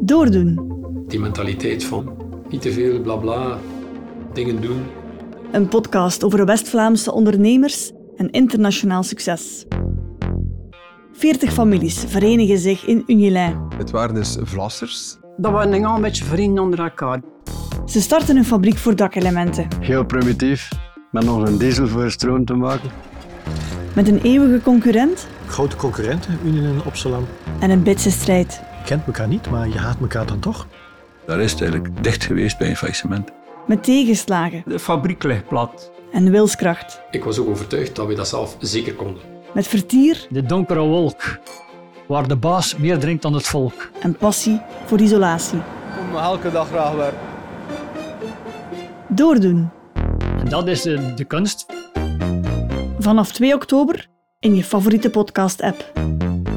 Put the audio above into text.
doordoen. Die mentaliteit van niet te veel blabla, dingen doen. Een podcast over West-Vlaamse ondernemers en internationaal succes. 40 families verenigen zich in Unilijn. Het waren dus Vlassers. Dat waren een een beetje vrienden onder elkaar. Ze starten een fabriek voor dakelementen Heel primitief, met nog een diesel voor stroom te maken. met een eeuwige concurrent grote concurrenten, Union en Opsalam. en een bitse strijd. Je kent elkaar niet, maar je haat elkaar dan toch. Daar is het eigenlijk dicht geweest bij een faillissement. Met tegenslagen De fabriek ligt plat. en wilskracht. Ik was ook overtuigd dat we dat zelf zeker konden. Met vertier De donkere wolk, waar de baas meer drinkt dan het volk. en passie voor isolatie. Kom elke dag graag weer. Doordoen. En dat is de, de kunst. Vanaf 2 oktober in je favoriete podcast-app.